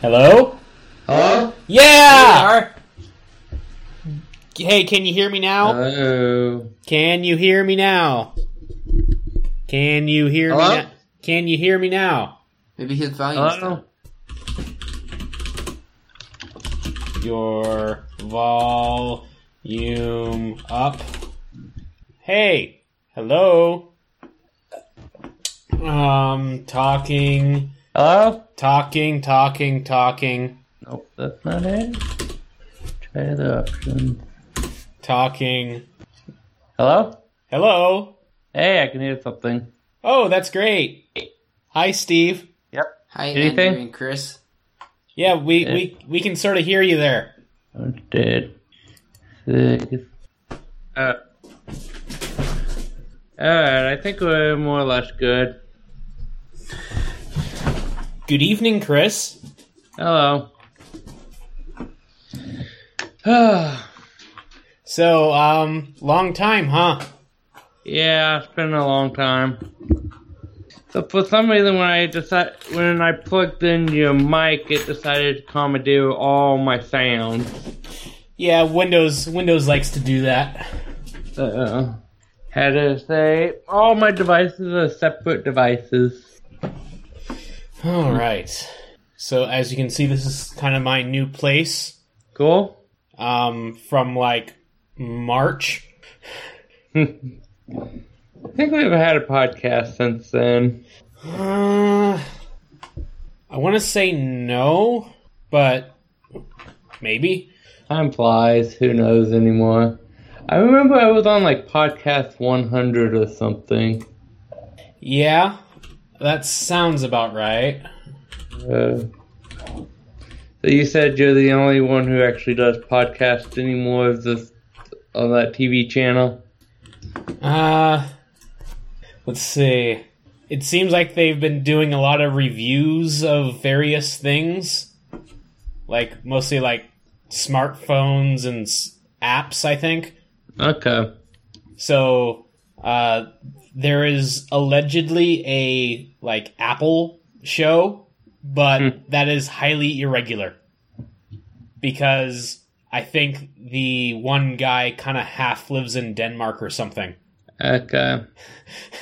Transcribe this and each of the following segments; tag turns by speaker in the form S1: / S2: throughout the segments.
S1: Hello?
S2: Hello?
S1: Yeah!
S3: Are. Hey, can you hear me now?
S2: Uh, Hello.
S1: Can you hear me now? Can you hear
S2: Hello?
S1: me now? Can you hear me now?
S3: Maybe his volume's
S2: Hello.
S1: Your volume up. Hey, hello. Um, talking,
S2: Hello?
S1: talking, talking, talking,
S2: Nope, that's not it. Try the option.
S1: talking.
S2: Hello?
S1: Hello.
S2: Hey, I can hear something.
S1: Oh, that's great. Hi, Steve.
S2: Yep.
S3: Hi,
S2: Anything?
S3: Andrew and Chris.
S1: Yeah, we, we, we can sort of hear you there.
S2: I'm dead. Six. Uh, Alright, I think we're more or less good.
S1: Good evening, Chris.
S2: Hello. yeah,
S1: So, um, long time, huh?
S2: it's been a long time. So for some reason, when I decide when I plugged in your mic, it decided to commandeer all my sound.
S1: Yeah, Windows Windows likes to do that.
S2: Uh, how to say all my devices are separate devices.
S1: All right. So as you can see, this is kind of my new place.
S2: Cool.
S1: Um, from like March.
S2: I think we haven't had a podcast since then.
S1: Uh, I want to say no, but maybe.
S2: Time flies. Who knows anymore? I remember I was on like podcast 100 or something.
S1: Yeah, that sounds about right.
S2: Uh, so you said you're the only one who actually does podcast anymore of this on that TV channel.
S1: Uh, let's see. It seems like they've been doing a lot of reviews of various things, like mostly like smartphones and s- apps, I think.
S2: Okay.
S1: So, uh, there is allegedly a like Apple show, but
S2: Hmm.
S1: that is highly irregular because I think the one guy kind of half lives in Denmark or something.
S2: Okay.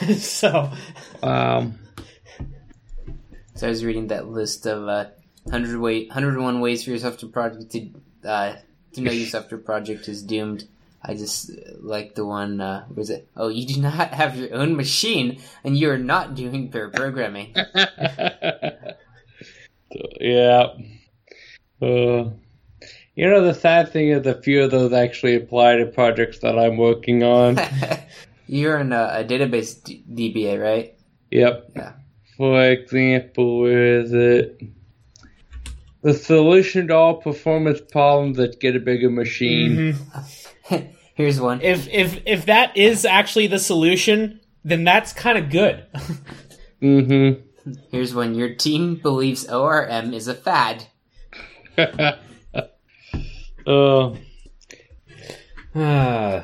S2: Um.
S1: so,
S2: Wow.
S3: So I was reading that list of uh, 100 way, 101 ways for yourself to project to uh, to know yourself your project is doomed. I just uh, like the one uh, was it? Oh, you do not have your own machine, and you are not doing pair programming.
S2: yeah. Uh, you know, the sad thing is a few of those actually apply to projects that I'm working on.
S3: You're in a, a database d- DBA, right?
S2: Yep.
S3: Yeah.
S2: For example, where is it? The solution to all performance problems that get a bigger machine.
S1: mhm.
S3: Here's one.
S1: if if if that is actually the solution, then that's kind of good.
S2: Mm-hmm.
S3: Here's one. Your team believes ORM is a fad.
S2: uh,
S3: Ah.
S1: Uh,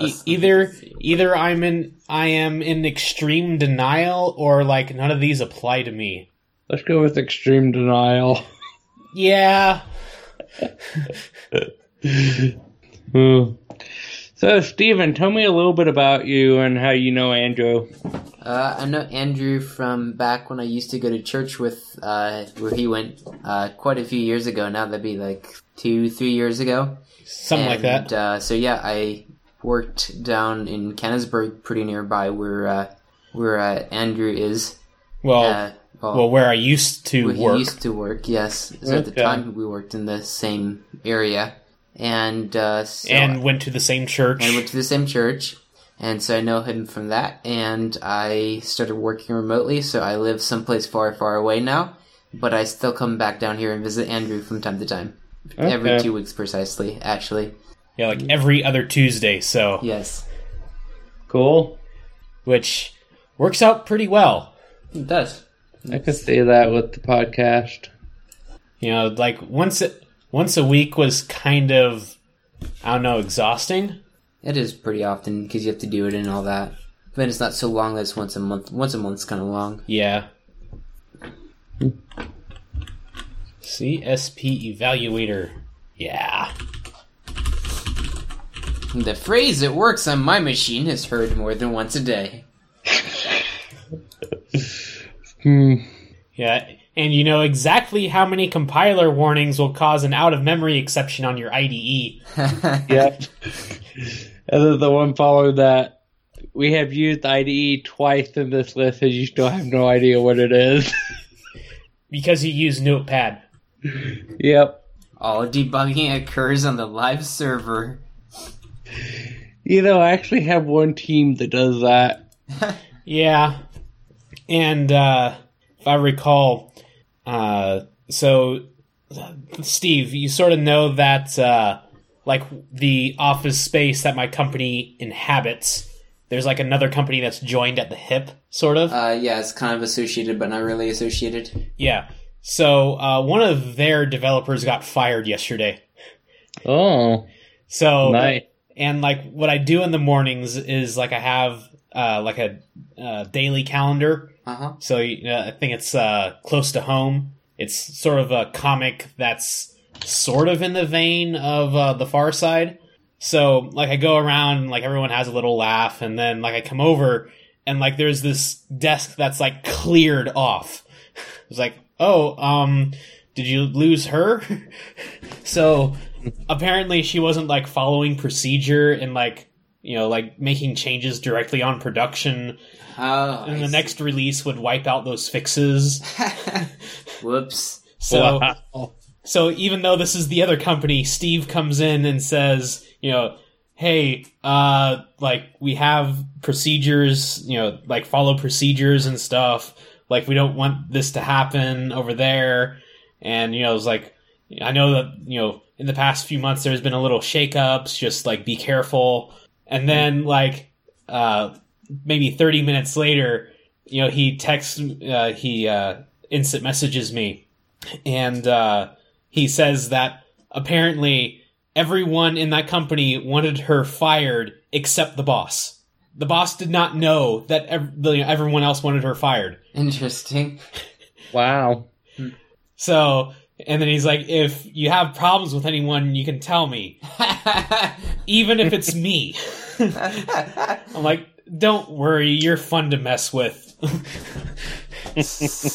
S1: e- either either I'm in I am in extreme denial, or like none of these apply to me.
S2: let's go with extreme denial.
S1: Yeah,
S2: Hmm. so, Steven, tell me a little bit about you and how you know Andrew.
S3: Uh, I know Andrew from back when I used to go to church with, uh, where he went uh, quite a few years ago. Now that'd be like two, three years ago.
S1: something like
S3: And,
S1: that.
S3: Uh, so yeah, I worked down in Cannesburg, pretty nearby where uh, where uh, Andrew is.
S1: Well,
S3: Uh,
S1: Oh, well, where I used to
S3: where
S1: work.
S3: he used to work. Yes, so at the
S2: Okay.
S3: time we worked in the same area, and uh, so
S1: and went to the same church.
S3: I went to the same church, and so I know him from that. And I started working remotely, so I live someplace far, far away now. But I still come back down here and visit Andrew from time to time, every
S2: Okay.
S3: two weeks precisely. Actually,
S1: yeah, like
S3: Mm-hmm.
S1: every other Tuesday. So,
S3: yes,
S2: Cool.
S1: which works out pretty well.
S3: it does.
S2: I could see that with the podcast.
S1: You know, like once it, once a week was kind of I don't know exhausting.
S3: It is pretty often because you have to do it and all that. But it's not so long as once a month. Once a month's kind of long.
S1: Yeah. CSP Evaluator. Yeah.
S3: The phrase "it works on my machine" is heard more than once a day.
S2: Hmm.
S1: Yeah. And you know exactly how many compiler warnings will cause an out of memory exception on your E IDE.
S2: Yep. and then the one following that, we have used IDE twice in this list, and you still have no idea what it is.
S1: Because you use Notepad.
S2: yep.
S3: All debugging occurs on the live server.
S2: You know, I actually have one team that does that.
S1: Yeah. And uh, if I recall, uh, so uh, Steve, you sort of know that uh, like the office space that my company inhabits, there's like another company that's joined at the hip, sort of.
S3: Uh, yeah, it's kind of associated, but not really associated.
S1: yeah. So uh, one of their developers got fired yesterday.
S2: Oh,
S1: So
S2: nice.
S1: and like what I do in the mornings is like I have uh, like a uh, daily calendar
S3: Uh huh.
S1: So you know, I think it's uh, close to home. It's sort of a comic that's sort of in the vein of uh, The Far Side. So like I go around, like everyone has a little laugh, and then like I come over, and like there's this desk that's like cleared off. It's like, oh, um, did you lose her? so apparently she wasn't like following procedure and like you know like making changes directly on production
S3: Oh,
S1: and
S3: I
S1: the
S3: see.
S1: next release would wipe out those fixes.
S3: Whoops.
S1: So,
S2: Wow.
S1: so even though this is the other company, Steve comes in and says, you know, hey, uh, like we have procedures, you know, like follow procedures and stuff. Like we don't want this to happen over there. And you know, it's like I know that you know in the past few months there's been a little shakeups. Just like be careful. And then like uh, maybe 30 minutes later, you know, he texts, uh, he uh, instant messages me, and uh, he says that apparently everyone in that company wanted her fired except the boss. The boss did not know that ev- the- everyone else wanted her fired.
S3: Interesting.
S2: Wow.
S1: So, and then he's like, if you have problems with anyone, you can tell me, even if it's me. I'm like, don't worry, you're fun to mess with.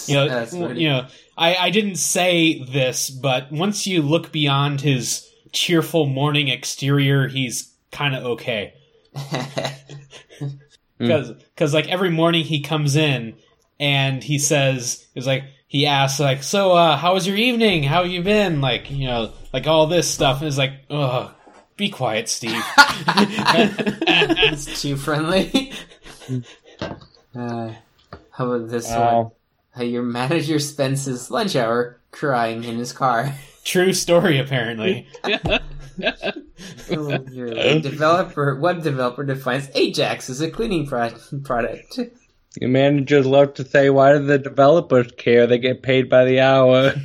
S1: you know,
S3: That's
S1: w-
S3: funny.
S1: you know, I, I didn't say this, but once you look beyond his cheerful morning exterior, he's kind of okay. Because like every morning he comes in and he says, "Is like he asks like, so uh, how was your evening? How have you been? Like you know, like all this stuff." And it's like, oh, be quiet, Steve.
S3: it's too friendly. uh, how about this one?
S2: Wow.
S3: How your manager spends his lunch hour crying in his car.
S1: True story, apparently.
S3: your developer, web developer defines Ajax as a cleaning pro- product.
S2: Your managers love to say, why do the developers care? They get paid by the hour.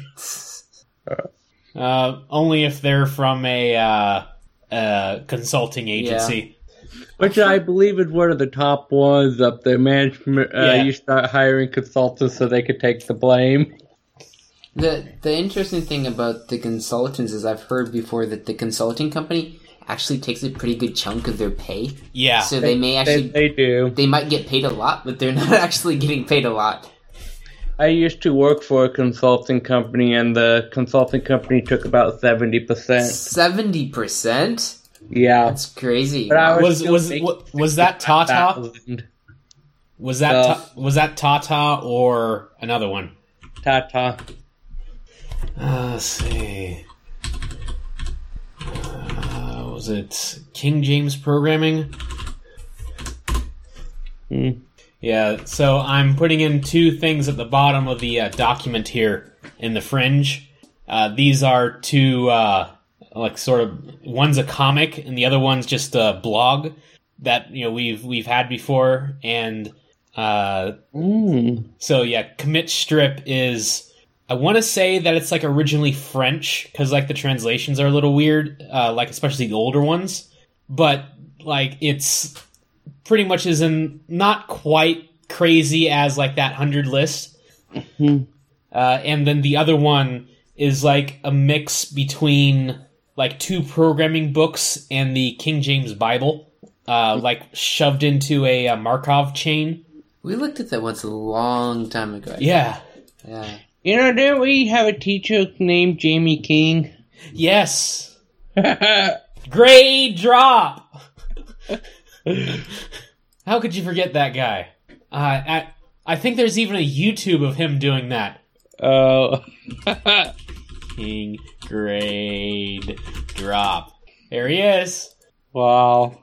S1: Uh, only if they're from a uh, uh, consulting agency.
S2: Which I believe is one of the top ones up there. Management uh,
S1: Yeah.
S2: you start hiring consultants so they could take the blame.
S3: The the interesting thing about the consultants is I've heard before that the consulting company actually takes a pretty good chunk of their pay.
S1: Yeah.
S3: So they may
S2: They,
S3: actually
S2: they do.
S3: they might get paid a lot, but they're not actually getting paid a lot.
S2: I used to work for a consulting company, and the consulting company took about seventy percent.
S3: Seventy percent?
S2: Yeah,
S3: That's crazy.
S2: But I
S1: was
S2: still
S1: was
S2: making
S1: wa- was that Tata?
S2: 1,000.
S1: Was that
S2: No.
S1: ta- was that Tata or another one?
S2: Tata.
S1: Uh, let's see. Uh, was it King James Programming?
S2: Hmm.
S1: Yeah, so I'm putting in two things at the bottom of the uh, document here in the fringe. Uh, these are two, uh, like, sort of one's a comic and the other one's just a blog that you know we've we've had before, and uh,
S2: Mm.
S1: so yeah, commit strip is. I want to say that it's like originally French because like the translations are a little weird, uh, like especially the older ones. But like it's pretty much is in not quite crazy as like that hundred list.
S2: Mhm.
S1: Uh, and then the other one is like a mix between like two programming books and the King James Bible, uh, like shoved into a, uh Markov chain.
S3: We looked at that once a long time ago. I think.
S1: Yeah.
S3: Yeah.
S2: You know, didn't we have a teacher named Jamie King?
S1: Yes.
S2: That's
S1: Grade drop. How could you forget that guy? Uh, I I think there's even a YouTube of him doing that.
S2: Oh.
S1: King grade drop. There he is.
S2: wow.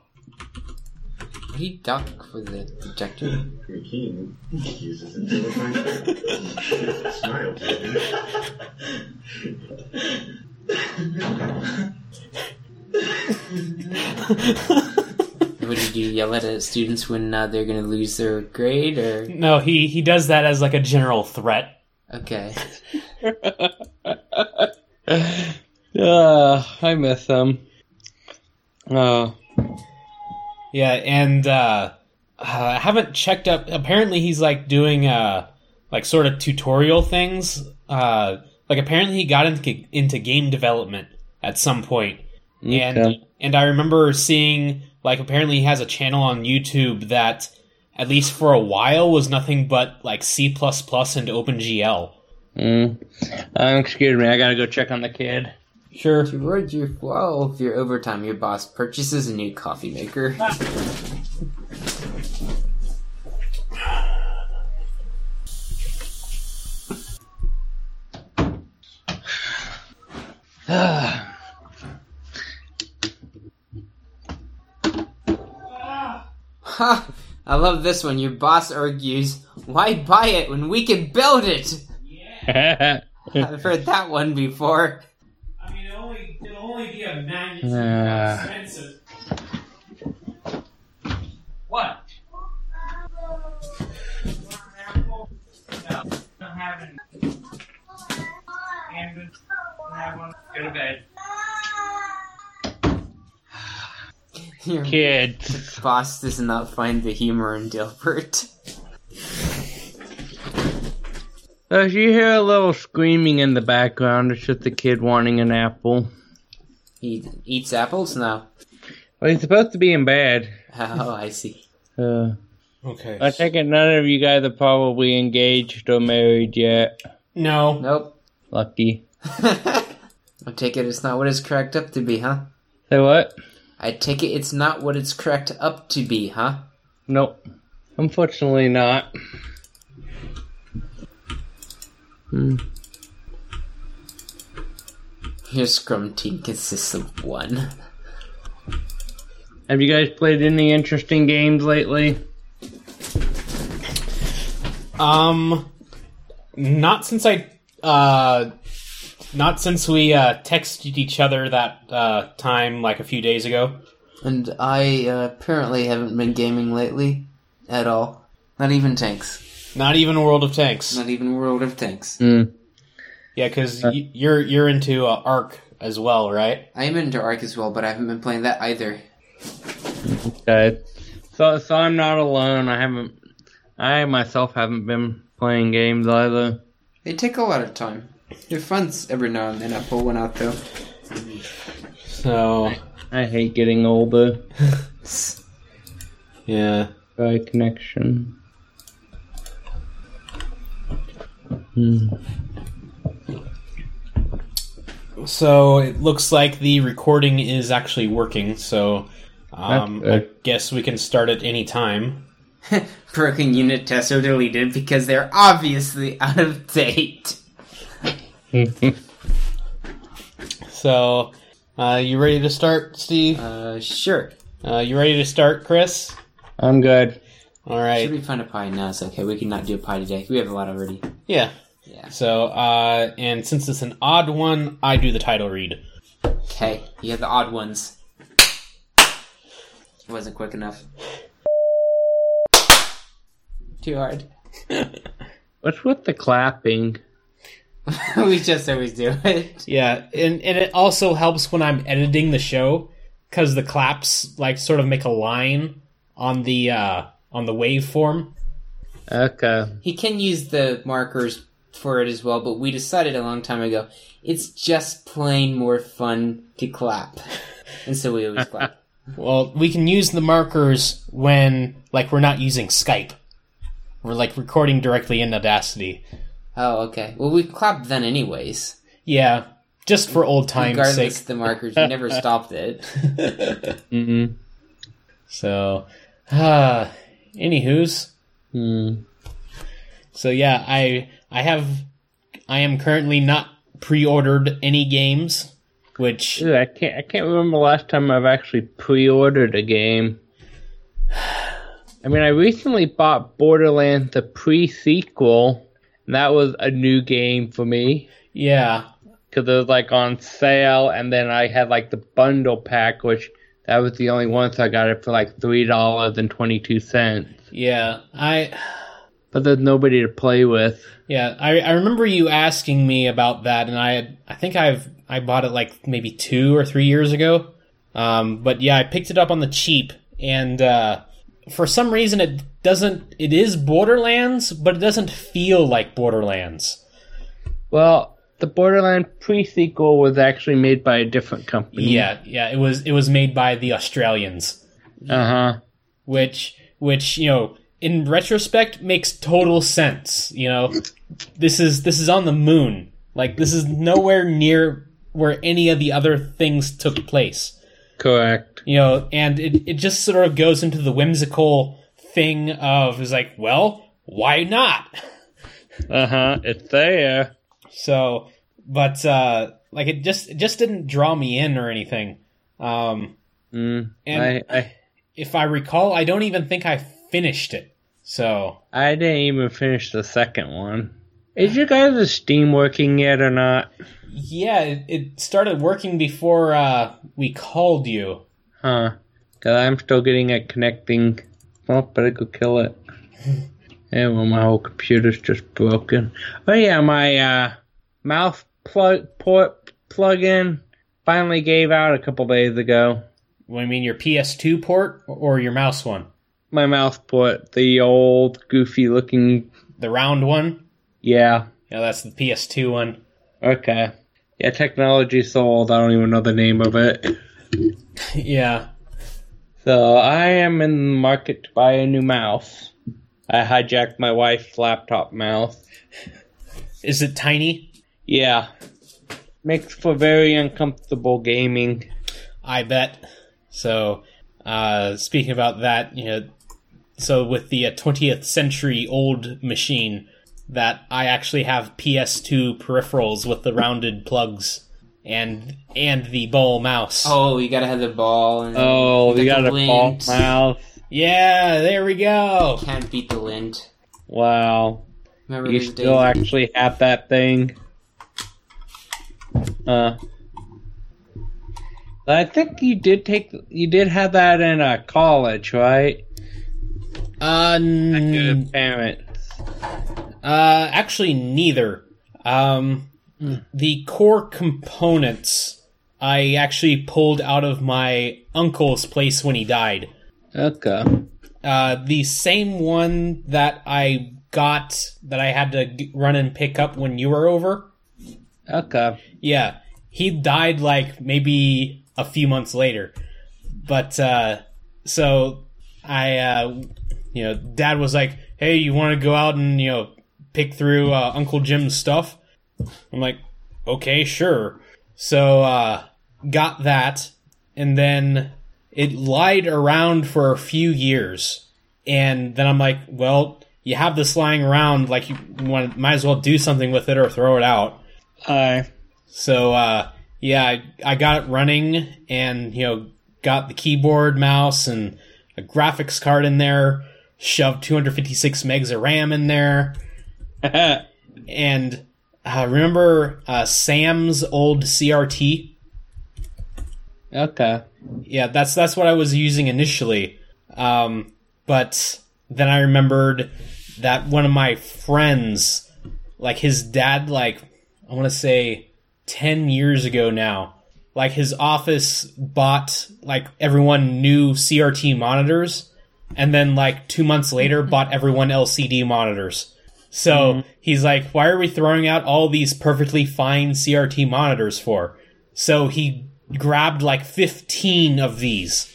S3: What do you dock for the projector?
S4: Your king uses it to look like that. Smile, baby.
S3: What did you yell at uh, students when uh, they're going to lose their grade? Or
S1: no, he he does that as like a general threat.
S3: okay,
S2: uh, I miss him. Uh,
S1: Yeah, and uh, I haven't checked up. Apparently, he's like doing uh like sort of tutorial things. Uh, like apparently he got into into game development at some point, and
S2: okay.
S1: and I remember seeing like apparently he has a channel on YouTube that at least for a while was nothing but like C plus plus and OpenGL.
S2: Mm. Um, excuse me, I gotta go check on the kid.
S1: Sure.
S3: toward your wall of your overtime, your boss purchases a new coffee maker. ha! I love this one. Your boss argues, "Why buy it when we can build it?" I've heard that one before.
S1: I mean, it'll only, it'll only be a magnitude
S2: Nah.
S1: expensive. What?
S2: Go to bed.
S3: Your
S2: Kids.
S3: boss does not find the humor in Dilbert.
S2: So if Uh, you hear a little screaming in the background, it's just the kid wanting an apple.
S3: He eats apples now.
S2: Well, he's supposed to be in bed.
S3: Oh, I see.
S2: Uh,
S1: Okay.
S2: I take it none of you guys are probably engaged or married yet.
S1: no.
S3: Nope.
S2: Lucky.
S3: I take it it's not what it's cracked up to be, huh?
S2: Say what?
S3: I take it it's not what it's cracked up to be, huh?
S2: Nope. Unfortunately not. Hmm.
S3: Your scrum team consists of one.
S2: Have you guys played any interesting games lately?
S1: Um, not since I, uh, not since we uh, texted each other that uh, time like a few days ago.
S3: And I uh, apparently haven't been gaming lately at all. Not even tanks.
S1: Not even World of Tanks. Yeah,
S3: Not even World of Tanks.
S2: Hmm.
S1: Yeah, because y- you're you're into uh, Arc as well, right?
S3: I am into Ark as well, but I haven't been playing that either.
S2: Okay. So, so I'm not alone. I haven't. I myself haven't been playing games either.
S3: They take a lot of time. They're fun every now and then. I pull one out though.
S1: So
S2: I hate getting older.
S1: yeah.
S2: By connection. Hmm.
S1: So it looks like the recording is actually working. So um,
S2: That's
S1: I
S2: good.
S1: guess we can start at any time.
S3: Broken unit tests are deleted because they're obviously out of date.
S1: So uh, you ready to start, Steve?
S3: Uh, sure.
S1: Uh, you ready to start, Chris?
S2: I'm good.
S1: All
S3: Should
S1: right.
S3: we find a pie? No, it's okay. We cannot do a pie today. We have a lot already.
S1: Yeah.
S3: Yeah.
S1: So uh, and since it's an odd one, I do the title read.
S3: Okay, you have the odd ones. It wasn't quick enough. Too hard.
S2: What's with the clapping?
S3: we just always do it.
S1: Yeah, and and it also helps when I'm editing the show because the claps like sort of make a line on the uh, on the waveform.
S2: Okay.
S3: He can use the markers for it as well, but we decided a long time ago it's just plain more fun to clap. And so we always clap.
S1: Well, we can use the markers when, like, we're not using Skype. We're, like, recording directly in Audacity.
S3: Oh, okay. Well, we clapped then anyways.
S1: Yeah, just for old time's
S3: Regardless
S1: sake.
S3: the markers, we never stopped it.
S1: Mm-mm. So, uh, anywho's.
S2: Mm.
S1: So yeah, I I have I am currently not pre-ordered any games, which
S2: Dude, I can't. I can't remember the last time I've actually pre-ordered a game. I mean, I recently bought Borderlands the pre-sequel. And that was a new game for me
S1: yeah,
S2: because it was like on sale, and then I had like the bundle pack, which that was the only one, so I got it for like three dollars and twenty-two cents.
S1: yeah. I
S2: But there's nobody to play with.
S1: Yeah, I, I remember you asking me about that, and I had, I think I've I bought it like maybe two or three years ago. Um, but yeah, I picked it up on the cheap, and uh, for some reason it doesn't. It is Borderlands, but it doesn't feel like Borderlands.
S2: Well, the Borderland pre-sequel was actually made by a different company.
S1: Yeah, yeah. It was it was made by the Australians,
S2: Uh huh.
S1: which which you know in retrospect makes total sense. You know, this is this is on the moon. Like this is nowhere near where any of the other things took place.
S2: Correct.
S1: you know and it, it just sort of goes into the whimsical thing of is like well why not
S2: Uh huh. It's there.
S1: so but uh like it just it just didn't draw me in or anything um
S2: Mm,
S1: And-
S2: I, I
S1: if i recall i don't even think i finished it so
S2: I didn't even finish the second one. Is your guys' Steam working yet or not?
S1: yeah it, it started working before uh we called you
S2: Huh? Cause I'm still getting it connecting. Well, better go kill it. yeah, well, my whole computer's just broken. Oh yeah, my uh, mouth plug port plug-in finally gave out a couple days ago.
S1: i mean your ps2 port or your mouse one
S2: My mouth port, the old goofy-looking.
S1: the round one
S2: Yeah.
S1: yeah that's the ps2 one
S2: Okay. Yeah, technology sold. I don't even know the name of it.
S1: yeah
S2: So I am in the market to buy a new mouse. I hijacked my wife's laptop mouse.
S1: is it tiny
S2: Yeah. Makes for very uncomfortable gaming.
S1: I bet. So, uh, speaking about that, you know, so with the uh, 20th century old machine, that I actually have PS2 peripherals with the rounded plugs and and the bowl mouse.
S3: Oh, you gotta have the ball. And
S2: Oh, we got a
S3: lint.
S2: false mouse.
S1: Yeah, there we go.
S3: Can't beat the lint.
S2: Wow.
S3: Remember
S2: You
S3: those days?
S2: still actually have that thing. Uh I think you did take you did have that in uh, college, right?
S1: Uh,
S2: Your
S1: n-
S2: parents.
S1: uh actually neither. Um the core components I actually pulled out of my uncle's place when he died.
S2: Okay.
S1: Uh, the same one that I got that I had to g- run and pick up when you were over.
S2: Okay.
S1: Yeah, he died like maybe a few months later. But uh, so I, uh, you know, Dad was like, "Hey, you want to go out and you know pick through uh, Uncle Jim's stuff?" I'm like, "Okay, sure." So uh, got that, and then it lied around for a few years, and then I'm like, "Well." You have this lying around, like you want, might as well do something with it or throw it out.
S2: Alright.
S1: So uh, yeah, I, I got it running, and you know, got the keyboard, mouse, and a graphics card in there. Shoved 256 megs of RAM in there, and uh, remember uh, Sam's old CRT?
S2: okay.
S1: Yeah, that's that's what I was using initially. Um, but then I remembered that one of my friends, like his dad, like I want to say ten years ago now, like his office bought like everyone new CRT monitors, and then like two months later bought everyone LCD monitors. So he's like, why are we throwing out all these perfectly fine CRT monitors for? So he grabbed like 15 of these.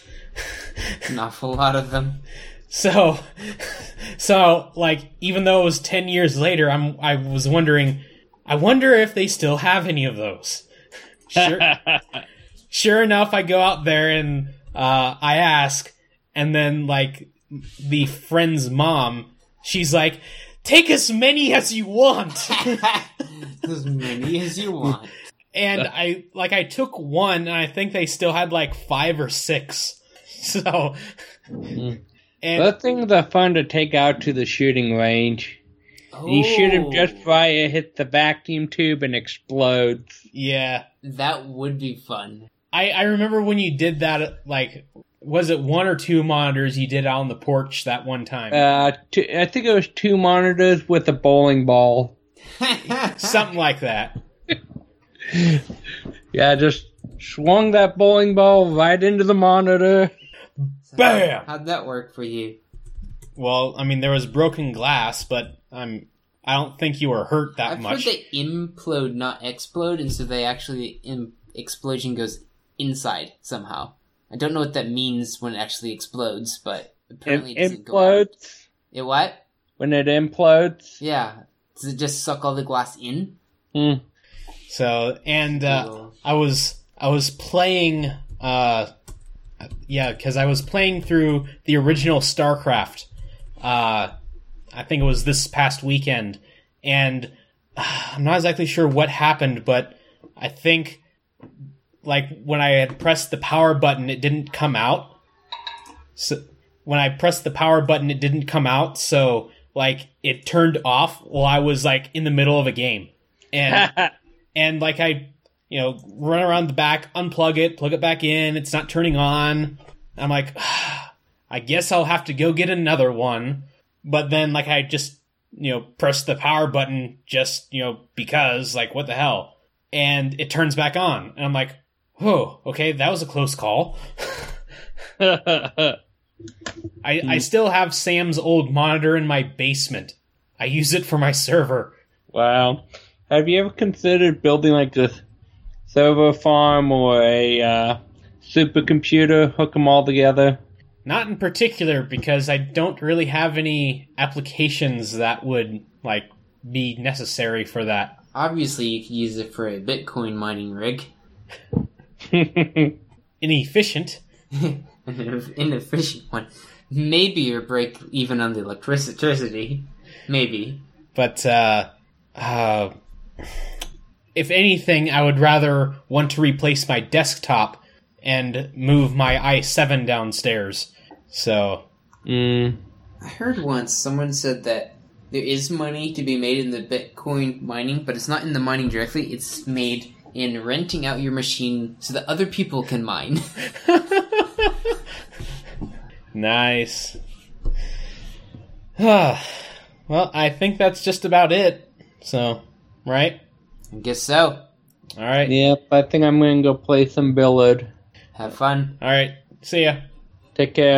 S3: An awful lot of them.
S1: So, so like, even though it was 10 years later, I'm, I was wondering, I wonder if they still have any of those. Sure, sure enough, I go out there and, uh, I ask, and then like the friend's mom, she's like, take as many as you want.
S3: as many as you want.
S1: and I like I took one and I think they still had like five or six. So and
S2: Those things are fun to take out to the shooting range. You shoot him just
S3: Oh,
S2: right, it hits the vacuum tube and explodes.
S1: yeah.
S3: That would be fun.
S1: I, I remember when you did that like was it one or two monitors you did out on the porch that one time?
S2: Uh, two, I think it was two monitors with a bowling ball.
S1: Something like that.
S2: Yeah, I just swung that bowling ball right into the monitor.
S1: Bam!
S3: How'd that work for you?
S1: Well, I mean there was broken glass, but I'm I don't think you were hurt that
S3: I've
S1: much.
S3: heard they implode, not explode, and so they actually Im- explosion goes inside somehow. I don't know what that means when it actually explodes, but
S2: It
S3: apparently it, doesn't go. out.
S2: implodes.
S3: It what?
S2: When it implodes.
S3: Yeah. Does it just suck all the glass in?
S2: Hmm.
S1: so and uh,
S3: Ew.
S1: I was I was playing uh yeah, cuz I was playing through the original StarCraft. Uh I think it was this past weekend and uh, I'm not exactly sure what happened, but I think like when I had pressed the power button it didn't come out. So when I pressed the power button it didn't come out, so like it turned off while I was like in the middle of a game. And and like I, you know, run around the back, unplug it, plug it back in. It's not turning on. I'm like, "Ah, I guess I'll have to go get another one. But then, like, I just, you know, press the power button just, you know, because, like, what the hell? And it turns back on. And I'm like, whoa, okay, that was a close call.
S2: Hmm.
S1: I, I still have Sam's old monitor in my basement. I use it for my server.
S2: wow. Have you ever considered building like this server farm or a uh, supercomputer, hook them all together?
S1: Not in particular because I don't really have any applications that would like be necessary for that.
S3: Obviously, you could use it for a Bitcoin mining rig.
S1: Inefficient.
S3: An inefficient one. Maybe your break even on the electricity. Maybe.
S1: But uh, uh, if anything, I would rather want to replace my desktop and move my i7 downstairs. So
S2: mm.
S3: I heard once someone said that there is money to be made in the Bitcoin mining, but it's not in the mining directly. It's made in renting out your machine so that other people can mine.
S1: nice. well, I think that's just about it. So, right?
S3: I guess so.
S1: All right.
S2: Yep, I think I'm going to go play some Billard.
S3: Have fun.
S1: All right. See ya.
S2: Take care.